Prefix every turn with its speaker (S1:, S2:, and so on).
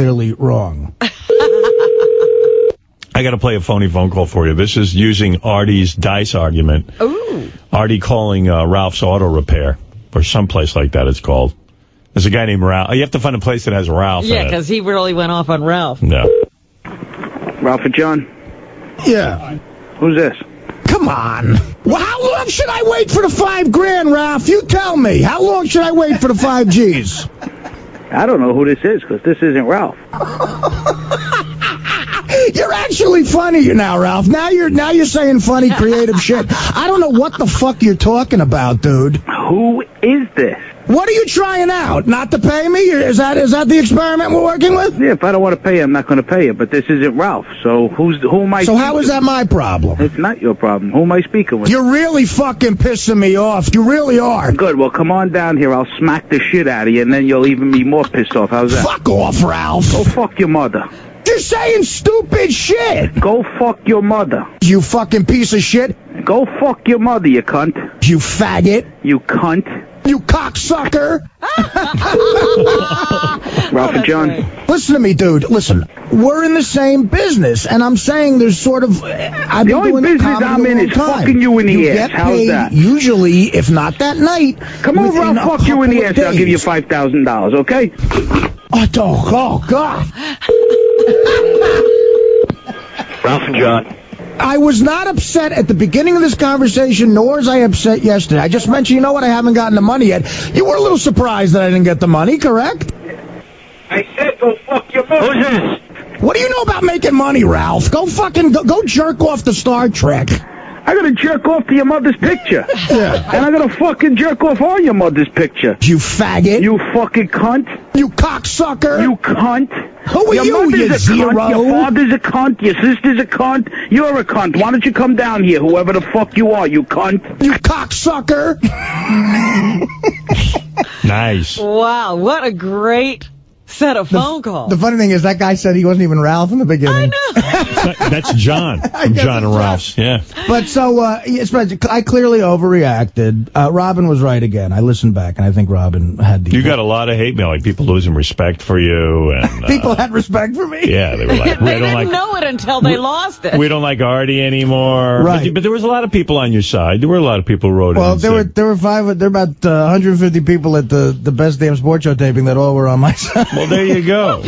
S1: really wrong.
S2: I got to play a phony phone call for you. This is using Artie's dice argument.
S3: Ooh.
S2: Artie calling uh, Ralph's Auto Repair or someplace like that. It's called. There's a guy named Ralph. Oh, You have to find a place that has Ralph.
S3: Yeah,
S2: in it.
S3: because he really went off on Ralph.
S2: no.
S4: Ralph and John,
S1: Yeah.
S4: who's this?
S1: Come on. Well, how long should I wait for the five grand, Ralph? You tell me. How long should I wait for the five G's?
S4: I don't know who this is because this isn't Ralph.
S1: You're actually funny now, Ralph. Now you're now you're saying funny, creative shit. I don't know what the fuck you're talking about, dude.
S4: Who is this?
S1: What are you trying out? Not to pay me? Is that is that the experiment we're working with?
S4: Yeah, if I don't want to pay you, I'm not going to pay you. But this isn't Ralph. So who's who am I?
S1: So how is that my problem?
S4: It's not your problem. Who am I speaking with?
S1: You're really fucking pissing me off. You really are.
S4: Good. Well, come on down here. I'll smack the shit out of you, and then you'll even be more pissed off. How's that?
S1: Fuck off,
S4: Go
S1: Ralph.
S4: fuck your mother.
S1: You're saying stupid shit.
S4: Go fuck your mother.
S1: You fucking piece of shit.
S4: Go fuck your mother, you cunt.
S1: You faggot.
S4: You cunt.
S1: You cocksucker.
S4: Ralph and John.
S3: great.
S1: Listen to me, dude. Listen, we're in the same business, and I'm saying there's sort of. uh, I've
S4: The
S1: been
S4: only
S1: doing
S4: business
S1: comedy
S4: I'm
S1: a
S4: in
S1: long
S4: is
S1: time.
S4: fucking you in the ass.
S1: Get
S4: How's
S1: paid
S4: that?
S1: Usually, if not that night.
S4: Come over,
S1: within
S4: I'll
S1: a
S4: fuck you in the
S1: couple
S4: ass.
S1: of
S4: I'll give you
S1: days.
S4: five thousand dollars, okay?
S1: Oh, oh, oh, God.
S4: Ralph and John.
S1: I was not upset at the beginning of this conversation, nor was I upset yesterday. I just mentioned, you know what, I haven't gotten the money yet. You were a little surprised that I didn't get the money, correct?
S4: I said go fuck your mother. Who's this?
S1: What do you know about making money, Ralph? Go fucking go, go jerk off the Star Trek.
S4: I'm gonna jerk off to your mother's picture,
S1: Yeah.
S4: and I'm gonna fucking jerk off on your mother's picture.
S1: You faggot.
S4: You fucking cunt.
S1: You cocksucker.
S4: You cunt.
S1: Who are
S4: your
S1: you,
S4: mother's
S1: you
S4: a
S1: zero?
S4: cunt. Your father's a cunt. Your sister's a cunt. You're a cunt. Why don't you come down here, whoever the fuck you are, you cunt?
S1: You cocksucker.
S2: Nice.
S3: Wow, what a great set of phone calls.
S5: The funny thing is that guy said he wasn't even Ralph in the beginning.
S3: I know.
S2: That- That's John. I'm
S5: guess
S2: John and
S5: it's
S2: Ralph's. Yeah.
S1: But so, uh, yes, but I clearly overreacted. Uh, Robin was right again. I listened back, and I think Robin had the.
S2: You got a lot of hate mail, like people losing respect for you, and uh,
S1: People had respect for me.
S2: yeah, they were like, we
S3: they
S2: don't
S3: didn't
S2: like,
S3: know it until they lost it.
S2: we don't like Artie anymore. But,
S1: Right.
S2: you- but there was a lot of people on your side. There were a lot of people who wrote in.
S5: Well,
S2: and
S5: there were
S2: said-
S5: there were five. There were about uh, 150 people at the the best damn sports show taping that all were on my side.
S2: Well, there you go.